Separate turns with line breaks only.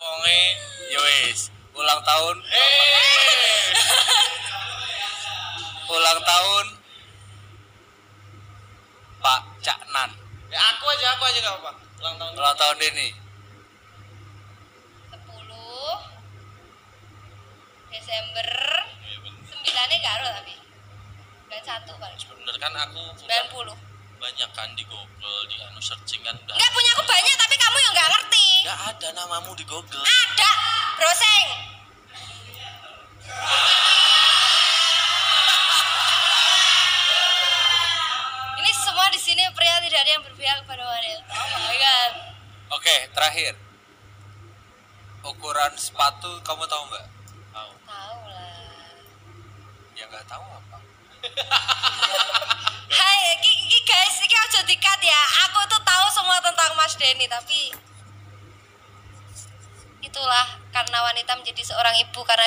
pokoknya ya wis ulang tahun
Eh.
ulang tahun Pak Caknan
Ya aku aja, aku aja gak apa-apa. Ulang tahun.
ulang tahun ini
10 Desember 9 nya karo tapi 91 paling
Sebenarnya kan aku udah
90
banyak kan di Google, di anu searching kan udah.
Enggak punya aku banyak tapi kamu yang nggak ngerti
Enggak ada namamu di Google.
Ada Broseng Ini semua di sini pria tidak ada yang berpihak kepada wanita Oh my god
oke terakhir ukuran sepatu kamu tahu nggak
Tahu.
Tahu lah
ya nggak tahu apa
Hai, iki, iki guys, iki aja dikat ya. Aku tuh tahu semua tentang Mas Denny, tapi itulah karena wanita menjadi seorang ibu karena